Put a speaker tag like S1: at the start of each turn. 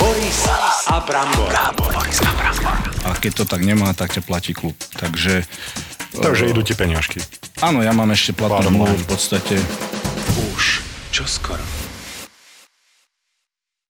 S1: Boris a Brambor.
S2: A keď to tak nemá, tak ťa platí klub. Takže
S3: Takže idú ti peňažky.
S2: áno, ja mám ešte platnú
S3: Bottom
S2: zmluvu
S3: line.
S2: v podstate.
S1: Už čoskoro.